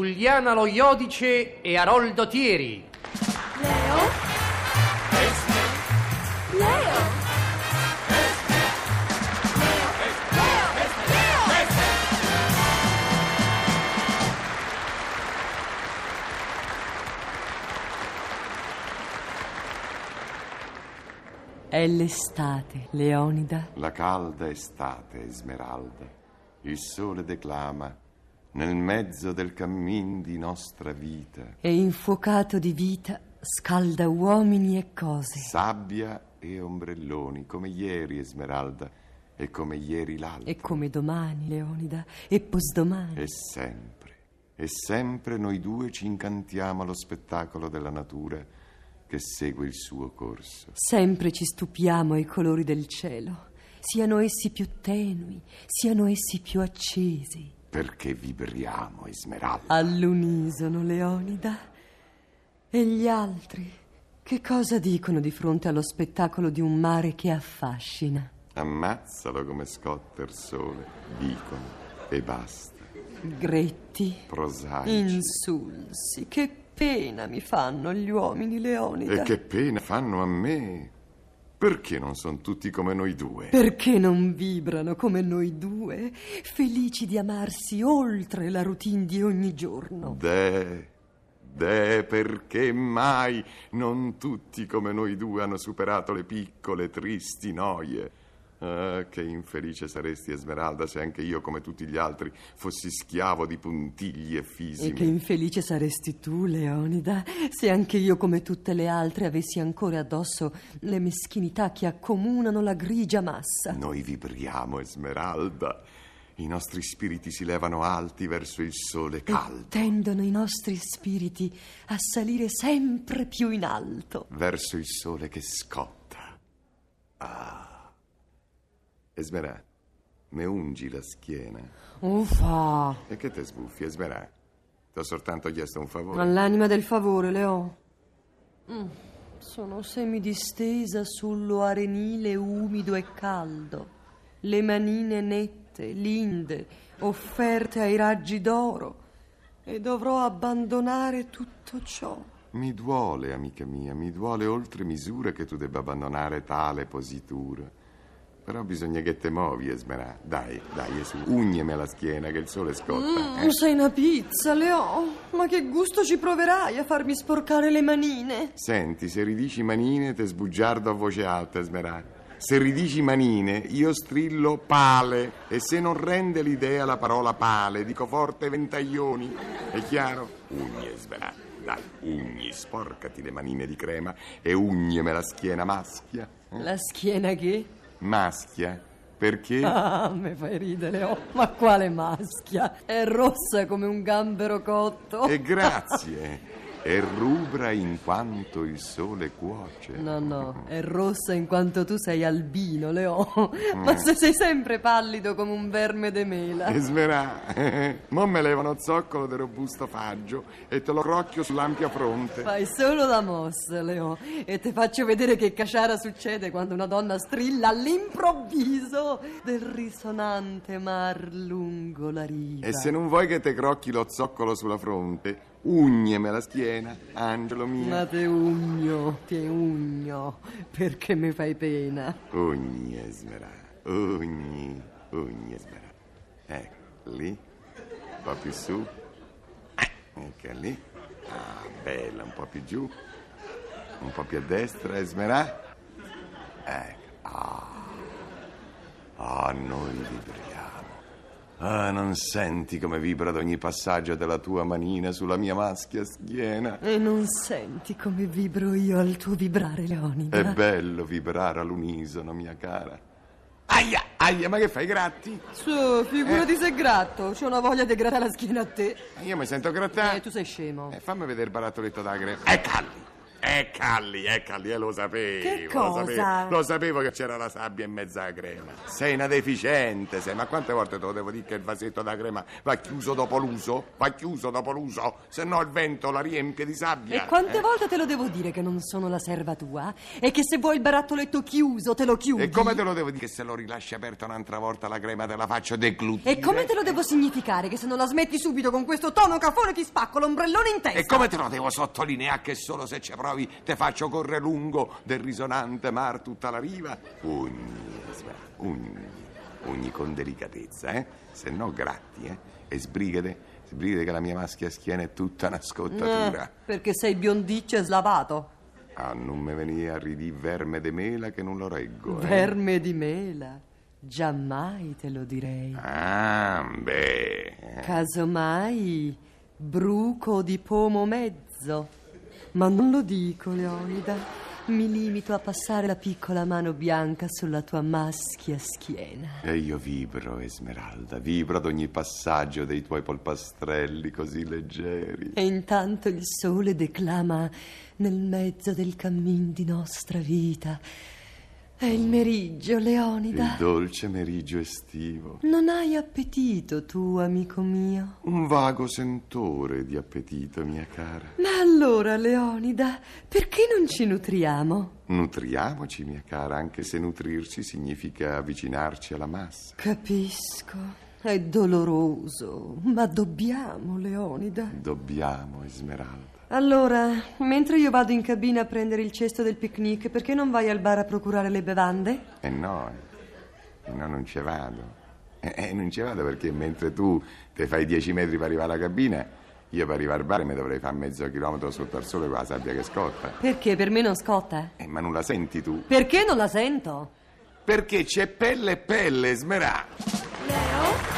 Giuliana Lo Iodice e Aroldo Thieri. Leo? Leo? È l'estate, Leonida. La calda estate smeralda, il sole declama nel mezzo del cammin di nostra vita, E infuocato di vita scalda uomini e cose. sabbia e ombrelloni, come ieri Esmeralda e come ieri l'altro. E come domani, Leonida, e posdomani. E sempre, e sempre noi due ci incantiamo allo spettacolo della natura che segue il suo corso. Sempre ci stupiamo ai colori del cielo, siano essi più tenui, siano essi più accesi. Perché vibriamo, Esmeralda? All'unisono, Leonida. E gli altri? Che cosa dicono di fronte allo spettacolo di un mare che affascina? Ammazzalo come scotte il sole, dicono, e basta. Gretti, Prosaici. Insulsi, che pena mi fanno gli uomini, Leonida. E che pena fanno a me? Perché non sono tutti come noi due? Perché non vibrano come noi due, felici di amarsi oltre la routine di ogni giorno? De, de, perché mai non tutti come noi due hanno superato le piccole, tristi noie? Ah, che infelice saresti, Esmeralda, se anche io, come tutti gli altri, fossi schiavo di puntigli e E che fisimi. infelice saresti tu, Leonida, se anche io, come tutte le altre, avessi ancora addosso le meschinità che accomunano la grigia massa. Noi vibriamo, Esmeralda. I nostri spiriti si levano alti verso il sole caldo. Tendono i nostri spiriti a salire sempre più in alto. verso il sole che scotta. Ah. Esmerà, me ungi la schiena. Uffa! E che te sbuffi, Esmerà? Ti ho soltanto chiesto un favore. All'anima del favore, Leo. Mm, Sono semidistesa sullo arenile umido e caldo, le manine nette, linde, offerte ai raggi d'oro, e dovrò abbandonare tutto ciò. Mi duole, amica mia, mi duole oltre misura che tu debba abbandonare tale positura. Però bisogna che te muovi, Esmerà. Dai, dai, su, ugneme la schiena che il sole scotta. Mm, eh. sei una pizza, Leo. Ma che gusto ci proverai a farmi sporcare le manine? Senti, se ridici manine, te sbugiardo a voce alta, Esmerà. Se ridici manine, io strillo pale. E se non rende l'idea la parola pale, dico forte ventaglioni. È chiaro? Ugni, Esmerà. Dai, ugni, sporcati le manine di crema e ugneme la schiena maschia. La schiena che? Maschia? Perché? Ah, mi fai ridere, oh, ma quale maschia? È rossa come un gambero cotto. E grazie. E rubra in quanto il sole cuoce. No, no, è rossa in quanto tu sei albino, Leo. Mm. Ma se sei sempre pallido come un verme de mela. Esmerà, mo me levano zoccolo del robusto faggio e te lo crocchio sull'ampia fronte. Fai solo la mossa, Leo, e ti faccio vedere che caciara succede quando una donna strilla all'improvviso del risonante mar lungo la riva. E se non vuoi che te crocchi lo zoccolo sulla fronte, ugneme la schiena, angelo Ma mio. te ugno, te ugno, perché mi fai pena. Ogni Esmerà, ogni, ogni Esmerà. Ecco, lì, un po' più su. Ecco lì. Ah, bella, un po' più giù. Un po' più a destra, Esmerà. Ecco. Ah, noi vibriamo. Ah, non senti come vibra ad ogni passaggio della tua manina sulla mia maschia schiena? E non senti come vibro io al tuo vibrare, Leonida? È bello vibrare all'unisono, mia cara. Aia, aia, ma che fai, gratti? Su, Eh. figurati se gratto, c'ho una voglia di grattare la schiena a te. Io mi sento grattare. Eh, tu sei scemo. Eh, fammi vedere il barattoletto d'acre. E calli. Eccali, eccali, eh, lo sapevo. Che Lo cosa? sapevo, Lo sapevo che c'era la sabbia in mezzo alla crema. Sei una deficiente, sei. Ma quante volte te lo devo dire che il vasetto da crema va chiuso dopo l'uso? Va chiuso dopo l'uso, se no il vento la riempie di sabbia. E quante eh? volte te lo devo dire che non sono la serva tua? E che se vuoi il barattoletto chiuso, te lo chiudi? E come te lo devo dire che se lo rilasci aperto un'altra volta la crema te la faccio deglutire? E come te lo devo significare che se non la smetti subito con questo tono cafone ti spacco l'ombrellone in testa? E come te lo devo sottolineare che solo se ci provi te faccio correre lungo del risonante mar tutta la riva? Ogni, ogni, ogni con delicatezza, eh? Se no gratti, eh? E sbrigate, sbrigate che la mia maschia schiena è tutta una scottatura. Eh, Perché sei biondiccio e slavato. Ah, non me venia a ridì verme de mela che non lo reggo, eh? Verme di mela. Giammai te lo direi. Ah, beh... eh. Casomai bruco di pomo mezzo. Ma non lo dico, Leonida. Mi limito a passare la piccola mano bianca sulla tua maschia schiena. E io vibro, Esmeralda, vibro ad ogni passaggio dei tuoi polpastrelli così leggeri. E intanto il sole declama nel mezzo del cammin di nostra vita. È il meriggio, Il Leonida. dolce meriggio estivo. Non hai appetito tu, amico mio? Un vago sentore di appetito, mia cara. Ma allora, Leonida, perché non ci nutriamo? Nutriamoci, mia cara, anche se nutrirci significa avvicinarci alla massa. Capisco, è doloroso, ma dobbiamo, Leonida. Dobbiamo, Esmeralda. Allora, mentre io vado in cabina a prendere il cesto del picnic, perché non vai al bar a procurare le bevande? E no, eh. E no, non ci vado. E, e non ci vado perché mentre tu te fai dieci metri per arrivare alla cabina, io per arrivare al bar mi dovrei fare mezzo chilometro sotto al sole con la sabbia che scotta. Perché per me non scotta? Eh, ma non la senti tu? Perché non la sento? Perché c'è pelle e pelle, Esmeralda. Leo,